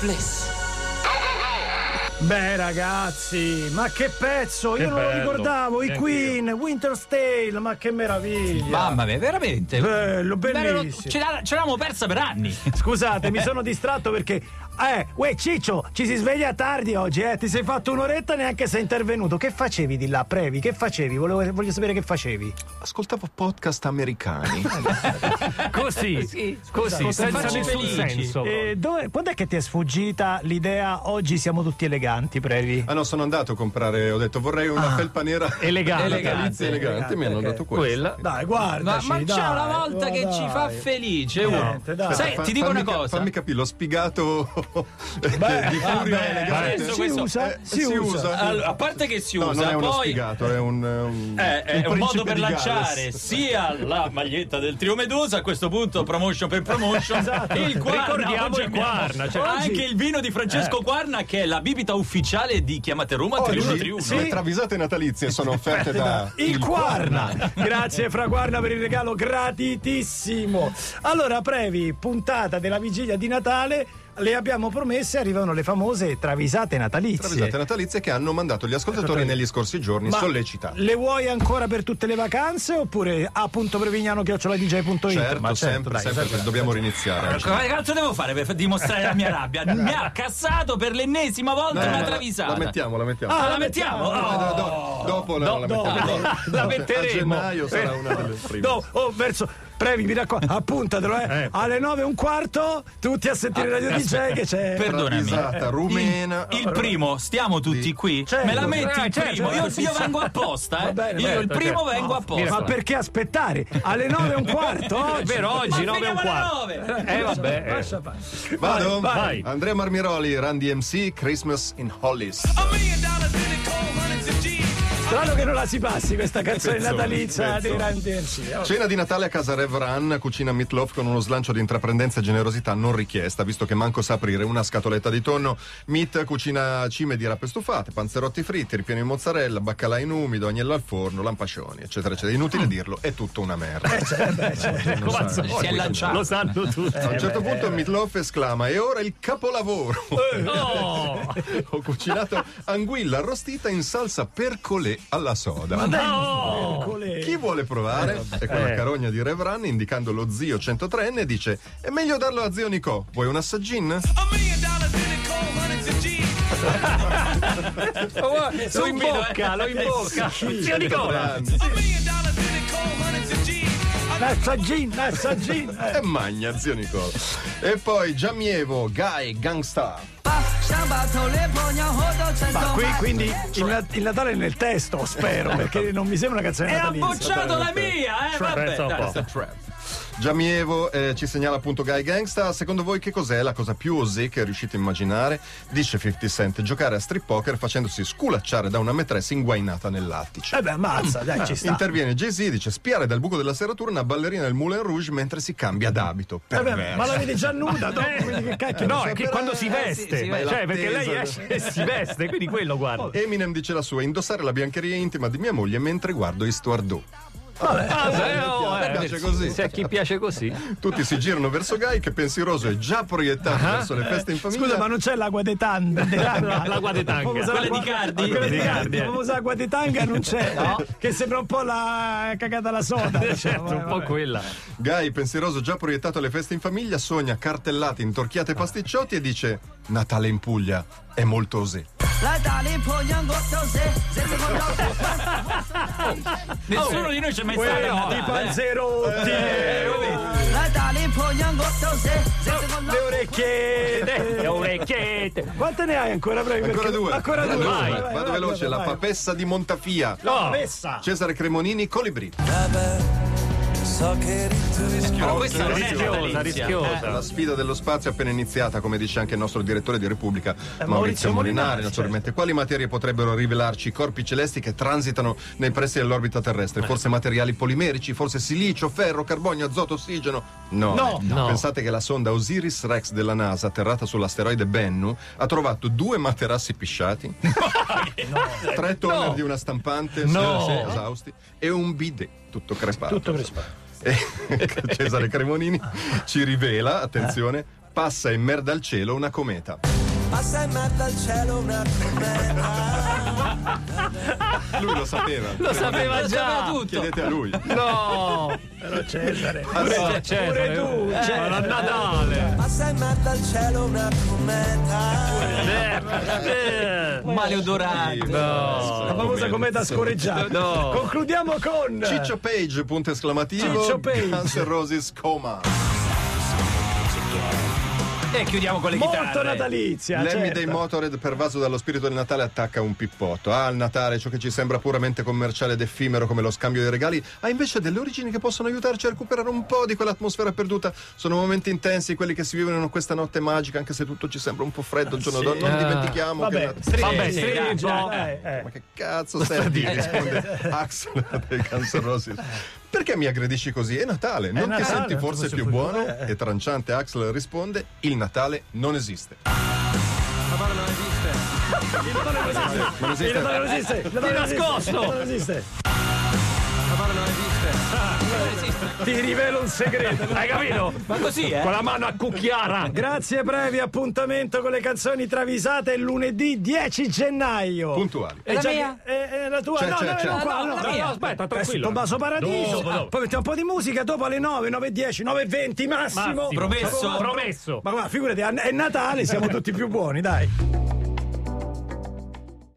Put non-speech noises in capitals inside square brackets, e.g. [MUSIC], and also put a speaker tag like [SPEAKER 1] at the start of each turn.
[SPEAKER 1] Bliss.
[SPEAKER 2] Beh ragazzi, ma che pezzo! Io
[SPEAKER 3] Che
[SPEAKER 2] non lo
[SPEAKER 3] bello,
[SPEAKER 2] ricordavo, i
[SPEAKER 3] neanch'io.
[SPEAKER 2] Queen, Winter's Tale, ma che meraviglia!
[SPEAKER 4] Mamma mia, veramente.
[SPEAKER 2] Bello,
[SPEAKER 4] Bello, cioè-
[SPEAKER 2] bellissimo.
[SPEAKER 4] ce l'ha- ce l'avevamo persa per anni.
[SPEAKER 2] Scusate, mi sono distratto perché. Eh, uè Ciccio, ci si sveglia tardi oggi, eh? Ti sei fatto un'oretta e neanche sei intervenuto. Che facevi di là, Previ? Che facevi? Volevo, voglio sapere che facevi.
[SPEAKER 5] Ascoltavo podcast americani.
[SPEAKER 3] Così, così, senza
[SPEAKER 4] facci
[SPEAKER 3] nessun
[SPEAKER 4] felici.
[SPEAKER 3] senso.
[SPEAKER 2] E Eh, dove, quando è che ti è sfuggita l'idea oggi siamo tutti eleganti, Previ?
[SPEAKER 5] ah no, sono andato a comprare, ho detto vorrei una felpa nera
[SPEAKER 3] Elegante.
[SPEAKER 5] natalizia elegante, mi hanno
[SPEAKER 2] ok.
[SPEAKER 5] dato questa.
[SPEAKER 3] Quella.
[SPEAKER 2] Dai,
[SPEAKER 4] Ma,
[SPEAKER 2] guardaci,
[SPEAKER 4] ma c'è
[SPEAKER 2] dai, Oh,
[SPEAKER 4] una volta che ci fa
[SPEAKER 2] dai.
[SPEAKER 4] felice uno.
[SPEAKER 2] Niente, dai.
[SPEAKER 4] Sai,
[SPEAKER 5] Fa-
[SPEAKER 4] Eh, ti dico
[SPEAKER 5] fammi
[SPEAKER 4] una
[SPEAKER 5] cap-
[SPEAKER 4] cosa.
[SPEAKER 5] Fammi capire, l'ho spiegato
[SPEAKER 2] Beh,
[SPEAKER 5] [LAUGHS] di furia
[SPEAKER 4] vabbè,
[SPEAKER 5] elegante.
[SPEAKER 4] adesso
[SPEAKER 2] Si
[SPEAKER 4] questo-
[SPEAKER 2] usa,
[SPEAKER 5] Eh,
[SPEAKER 2] si, usa.
[SPEAKER 4] Allora, a parte che si
[SPEAKER 5] No,
[SPEAKER 4] usa,
[SPEAKER 5] non è uno
[SPEAKER 4] poi
[SPEAKER 5] spiegato, è un, un-
[SPEAKER 4] Eh, è
[SPEAKER 5] il
[SPEAKER 4] un modo
[SPEAKER 5] principe
[SPEAKER 4] per
[SPEAKER 5] di Galles.
[SPEAKER 4] lanciare sia la maglietta del trio Medusa, a questo punto promotion per promotion,
[SPEAKER 2] Esatto.
[SPEAKER 4] il Quarna,
[SPEAKER 3] Ricordiamo
[SPEAKER 4] oggi
[SPEAKER 3] il
[SPEAKER 4] abbiamo
[SPEAKER 3] Quarna, cioè-
[SPEAKER 4] anche il vino di Francesco Quarna che è la bibita ufficiale di Chiamate Roma
[SPEAKER 5] Oggi
[SPEAKER 4] 3131.
[SPEAKER 5] Le travisate natalizie sono offerte da
[SPEAKER 2] Il Quarna! [LAUGHS] Grazie Fra Quarna per il regalo gratitissimo. Allora, Previ, puntata della vigilia di Natale, le abbiamo promesse, arrivano le famose travisate natalizie.
[SPEAKER 5] travisate natalizie che hanno mandato gli ascoltatori negli scorsi giorni
[SPEAKER 2] Ma
[SPEAKER 5] sollecitati.
[SPEAKER 2] Le vuoi ancora per tutte le vacanze oppure a.prevignano.dj.it?
[SPEAKER 5] Certo,
[SPEAKER 2] Ma
[SPEAKER 5] sempre,
[SPEAKER 2] dai,
[SPEAKER 5] sempre,
[SPEAKER 2] esagerato.
[SPEAKER 5] dobbiamo riniziare.
[SPEAKER 4] Ma Che cazzo devo fare per dimostrare la mia rabbia?
[SPEAKER 3] [LAUGHS]
[SPEAKER 4] Mi ha cassato per l'ennesima volta
[SPEAKER 5] No, no,
[SPEAKER 3] Eh,
[SPEAKER 4] una
[SPEAKER 5] no,
[SPEAKER 4] travisata.
[SPEAKER 5] La mettiamo, la mettiamo.
[SPEAKER 4] Ah, la mettiamo? Oh.
[SPEAKER 5] Eh, do- dopo la, la mettiamo.
[SPEAKER 2] la
[SPEAKER 5] A
[SPEAKER 2] metteremo.
[SPEAKER 5] gennaio sarà una delle prime.
[SPEAKER 2] No, oh, verso Previ, mi raccomando, appuntatelo, eh. Alle 9 e un quarto, tutti a
[SPEAKER 5] Ah,
[SPEAKER 2] sentire Radio DJ che c'è.
[SPEAKER 4] Perdonami.
[SPEAKER 5] Travisata rumena.
[SPEAKER 4] Il primo, stiamo tutti qui.
[SPEAKER 2] Certo.
[SPEAKER 4] Me la metti
[SPEAKER 3] Eh,
[SPEAKER 4] il
[SPEAKER 3] certo,
[SPEAKER 4] primo.
[SPEAKER 3] certo,
[SPEAKER 4] Io, io vengo apposta.
[SPEAKER 2] Va
[SPEAKER 4] eh.
[SPEAKER 2] bene,
[SPEAKER 4] io il
[SPEAKER 3] certo,
[SPEAKER 4] primo
[SPEAKER 3] certo.
[SPEAKER 4] vengo
[SPEAKER 3] No,
[SPEAKER 4] apposta.
[SPEAKER 2] Ma perché aspettare? Alle 9 e un
[SPEAKER 3] [LAUGHS]
[SPEAKER 2] quarto oggi.
[SPEAKER 3] Vero,
[SPEAKER 4] Ma
[SPEAKER 3] oggi 9 e un
[SPEAKER 4] finiamo alle
[SPEAKER 3] quarto.
[SPEAKER 4] nove.
[SPEAKER 3] Eh, vabbè. eh.
[SPEAKER 2] Lascia fare.
[SPEAKER 5] Vado?
[SPEAKER 3] vai.
[SPEAKER 5] Andrea Marmiroli, Randy MC, Christmas in Hollis.
[SPEAKER 2] Strano che non la si passi questa canzone
[SPEAKER 5] Pezzo,
[SPEAKER 2] natalizia
[SPEAKER 5] pezzo.
[SPEAKER 2] dei Eh, Randy MC.
[SPEAKER 5] Cena di Natale a casa Rev Run, cucina meatloaf con uno slancio di intraprendenza e generosità non richiesta, visto che manco sa aprire una scatoletta di tonno. Meat cucina cime di rape stufate, panzerotti fritti, ripieno di mozzarella, baccalà in umido, agnello al forno, lampascioni, eccetera, eccetera. Inutile dirlo, è tutta una merda. Non sa-
[SPEAKER 3] Mazza,
[SPEAKER 5] poi
[SPEAKER 4] si è
[SPEAKER 5] puoi
[SPEAKER 4] lanciato.
[SPEAKER 3] Lo sanno tutti.
[SPEAKER 5] A un certo punto Meatloaf esclama e ora il capolavoro.
[SPEAKER 3] Oh,
[SPEAKER 5] [LAUGHS] Ho cucinato anguilla arrostita in salsa percolé alla soda.
[SPEAKER 3] no!
[SPEAKER 5] Chi vuole provare? E con la carogna di Revran, indicando lo zio 103enne, dice: È meglio darlo a zio Nicò. Vuoi un assaggin?
[SPEAKER 3] [LAUGHS] Oh, Lo
[SPEAKER 4] Subito, eh.
[SPEAKER 3] imbocca, lo
[SPEAKER 2] Eh,
[SPEAKER 3] imbocca. Zio Nicola.
[SPEAKER 5] Grande.
[SPEAKER 2] Nassagin,
[SPEAKER 3] [LAUGHS]
[SPEAKER 2] Nassagin.
[SPEAKER 3] Eh,
[SPEAKER 5] E magna, zio Nicò. E poi Giamievo, Guy, Gangsta.
[SPEAKER 2] Ma qui quindi
[SPEAKER 3] cioè-
[SPEAKER 2] il, Nat- il Natale è nel testo, spero, perché non mi sembra una canzone
[SPEAKER 4] E ha
[SPEAKER 2] natalizia.
[SPEAKER 4] bocciato la mia, eh? Vabbè,
[SPEAKER 3] pensa un
[SPEAKER 4] dai.
[SPEAKER 3] po'.
[SPEAKER 5] Giamievo eh, ci segnala appunto Guy Gangsta. Secondo voi che cos'è la cosa più osè che riuscite a immaginare? Dice 50 Cent: giocare a strip poker facendosi sculacciare da una matressa inguainata nell'attice.
[SPEAKER 2] Eh beh, ammazza, dai, ci sta.
[SPEAKER 5] Interviene Jay-Z, dice spiare dal buco della serratura una ballerina del Moulin Rouge mentre si cambia d'abito.
[SPEAKER 2] Eh beh,
[SPEAKER 5] Perverso.
[SPEAKER 2] ma la vedi già nuda dopo, quindi che cacchio.
[SPEAKER 3] Eh, No,
[SPEAKER 2] non
[SPEAKER 3] è
[SPEAKER 2] so. Eh,
[SPEAKER 3] che quando si veste,
[SPEAKER 4] sì, sì,
[SPEAKER 3] cioè perché lei
[SPEAKER 5] l'attesa.
[SPEAKER 3] esce e si veste, quindi quello
[SPEAKER 2] Oh,
[SPEAKER 3] guarda.
[SPEAKER 5] Eminem dice la sua, indossare la biancheria intima di mia moglie mentre guardo Estuardo.
[SPEAKER 2] Eh,
[SPEAKER 3] Ah, beh, oh,
[SPEAKER 5] Mi piace così.
[SPEAKER 3] Se a chi piace così.
[SPEAKER 5] Tutti si girano verso Guy che pensieroso è già proiettato verso le feste in famiglia.
[SPEAKER 2] Ah, eh. Scusa, ma non c'è l'acqua de tanga? De tanga?
[SPEAKER 3] L'acqua de tanga.
[SPEAKER 2] Famosa
[SPEAKER 4] Quella
[SPEAKER 2] l'acqua-
[SPEAKER 4] di Cardi?
[SPEAKER 2] Ah, Quella di
[SPEAKER 3] Quella di
[SPEAKER 2] Cardi.
[SPEAKER 3] Cardi, eh.
[SPEAKER 2] La famosa acqua de tanga non c'è. Che sembra un po' la cagata alla soda. diciamo,
[SPEAKER 3] Certo,
[SPEAKER 2] eh,
[SPEAKER 3] un po'
[SPEAKER 2] vabbè.
[SPEAKER 3] quella.
[SPEAKER 5] Guy, pensieroso già proiettato alle feste in famiglia, sogna cartellate, intorchiate e pasticciotti e dice Natale in Puglia è molto osè.
[SPEAKER 4] Nessuno di noi c'è mai stato. eh?
[SPEAKER 2] Quella di
[SPEAKER 3] Eh.
[SPEAKER 2] Panzerotti. eh, Le orecchiette.
[SPEAKER 3] Eh, Le orecchiette.
[SPEAKER 2] Quante ne hai ancora, Previ?
[SPEAKER 5] Ancora
[SPEAKER 2] Perché-
[SPEAKER 5] due.
[SPEAKER 2] Ancora due.
[SPEAKER 3] Vai,
[SPEAKER 2] Vai, vai,
[SPEAKER 5] Vado
[SPEAKER 2] vai,
[SPEAKER 5] veloce,
[SPEAKER 2] vai,
[SPEAKER 5] la
[SPEAKER 2] vai.
[SPEAKER 5] papessa di Montafia.
[SPEAKER 3] No. Cioè,
[SPEAKER 2] Messa.
[SPEAKER 5] Cesare Cremonini, Colibri.
[SPEAKER 4] Però questa non è
[SPEAKER 3] Rischiosa,
[SPEAKER 4] natalizia.
[SPEAKER 3] rischiosa.
[SPEAKER 5] La sfida dello spazio è appena iniziata, come dice anche il nostro direttore di Repubblica Eh, Maurizio,
[SPEAKER 2] Maurizio
[SPEAKER 5] Molinari. certo.
[SPEAKER 2] Molinari,
[SPEAKER 5] naturalmente, quali materie potrebbero rivelarci i corpi celesti che transitano nei pressi dell'orbita terrestre? Forse materiali polimerici, forse silicio, ferro, carbonio, azoto, ossigeno? No.
[SPEAKER 2] No.
[SPEAKER 3] No.
[SPEAKER 5] Pensate che la sonda Osiris Rex della NASA, atterrata sull'asteroide Bennu, ha trovato due materassi pisciati, [LAUGHS] tre toner di una stampante,
[SPEAKER 3] No.
[SPEAKER 5] sì, esausti, e un bidet tutto crepato. Eh,
[SPEAKER 2] Tutto
[SPEAKER 5] [LAUGHS]
[SPEAKER 2] per rispetto.
[SPEAKER 5] E Cesare Cremonini ci rivela, attenzione, Passa in merda al cielo una cometa.
[SPEAKER 1] Passa in mezzo al cielo una cometa.
[SPEAKER 5] Lui lo sapeva.
[SPEAKER 3] Lo sapeva
[SPEAKER 4] Lo sapeva
[SPEAKER 3] già.
[SPEAKER 4] tutto.
[SPEAKER 5] Chiedete a lui.
[SPEAKER 3] No,
[SPEAKER 2] Però Cesare.
[SPEAKER 3] pure, Cesare,
[SPEAKER 2] tu, cioè,
[SPEAKER 3] eh,
[SPEAKER 2] Cesare.
[SPEAKER 3] ma a Natale.
[SPEAKER 1] Passa in mezzo al cielo una cometa.
[SPEAKER 3] Eh, eh.
[SPEAKER 5] Sì,
[SPEAKER 4] Maleodorante.
[SPEAKER 5] no.
[SPEAKER 2] La famosa cometa scoreggiata.
[SPEAKER 3] No.
[SPEAKER 2] Concludiamo con
[SPEAKER 5] Ciccio Page, punto esclamativo.
[SPEAKER 2] Ciccio Page.
[SPEAKER 5] Guns N' Roses coma.
[SPEAKER 4] Eh,
[SPEAKER 3] E chiudiamo con le
[SPEAKER 2] Molto
[SPEAKER 3] chitarre.
[SPEAKER 2] natalizia.
[SPEAKER 5] Lemmy
[SPEAKER 2] certo.
[SPEAKER 5] dei Motorhead, pervaso dallo spirito del Natale, attacca un pippotto. Ah, il Natale, ciò che ci sembra puramente commerciale ed effimero come lo scambio dei regali, ha invece delle origini che possono aiutarci a recuperare un po' di quell'atmosfera perduta. Sono momenti intensi quelli che si vivono in questa notte magica, anche se tutto ci sembra un po' freddo il giorno
[SPEAKER 2] Sì.
[SPEAKER 5] dopo. Non
[SPEAKER 3] Ah.
[SPEAKER 5] dimentichiamo che...
[SPEAKER 2] Vabbè,
[SPEAKER 5] il Natale-
[SPEAKER 2] stringi,
[SPEAKER 3] Vabbè, stringi un
[SPEAKER 2] dai,
[SPEAKER 3] po'.
[SPEAKER 2] dai, eh.
[SPEAKER 5] Ma che cazzo stai a
[SPEAKER 2] [LAUGHS]
[SPEAKER 5] dire? Risponde Axel dei Guns N' Roses. Perché mi aggredisci così? È Natale, non ti
[SPEAKER 2] Natale,
[SPEAKER 5] senti
[SPEAKER 2] non
[SPEAKER 5] forse
[SPEAKER 2] posso
[SPEAKER 5] più
[SPEAKER 2] più-
[SPEAKER 5] buono?
[SPEAKER 2] eh, eh.
[SPEAKER 5] E tranciante Axel risponde: Il Natale non esiste.
[SPEAKER 6] Eh,
[SPEAKER 2] Il Natale non esiste. il Natale non esiste,
[SPEAKER 5] Non esiste.
[SPEAKER 3] Di nascosto.
[SPEAKER 2] il Natale non esiste. Ah, Ti rivelo un segreto.
[SPEAKER 3] Hai capito?
[SPEAKER 4] Ma così, eh?
[SPEAKER 3] Con la mano a cucchiara.
[SPEAKER 2] Grazie Previ, appuntamento con le canzoni travisate il lunedì 10 gennaio.
[SPEAKER 5] Puntuali.
[SPEAKER 2] E
[SPEAKER 6] La
[SPEAKER 2] già-
[SPEAKER 6] mia?
[SPEAKER 2] eh, eh, la tua?
[SPEAKER 5] C'è,
[SPEAKER 2] no,
[SPEAKER 5] c'è,
[SPEAKER 2] no,
[SPEAKER 5] c'è.
[SPEAKER 2] no, qua,
[SPEAKER 6] Ah, no,
[SPEAKER 2] no.
[SPEAKER 6] la
[SPEAKER 3] No,
[SPEAKER 6] mia.
[SPEAKER 3] no, aspetta, tranquillo.
[SPEAKER 2] Tommaso Paradiso.
[SPEAKER 3] Dopo,
[SPEAKER 2] Ah,
[SPEAKER 3] dopo.
[SPEAKER 2] Poi mettiamo un po' di musica dopo alle 9, 9.10, 9.20 massimo.
[SPEAKER 3] Massimo.
[SPEAKER 4] Promesso?
[SPEAKER 2] Ma
[SPEAKER 3] Promesso.
[SPEAKER 2] guarda, figurati, è Natale, siamo tutti più buoni, dai.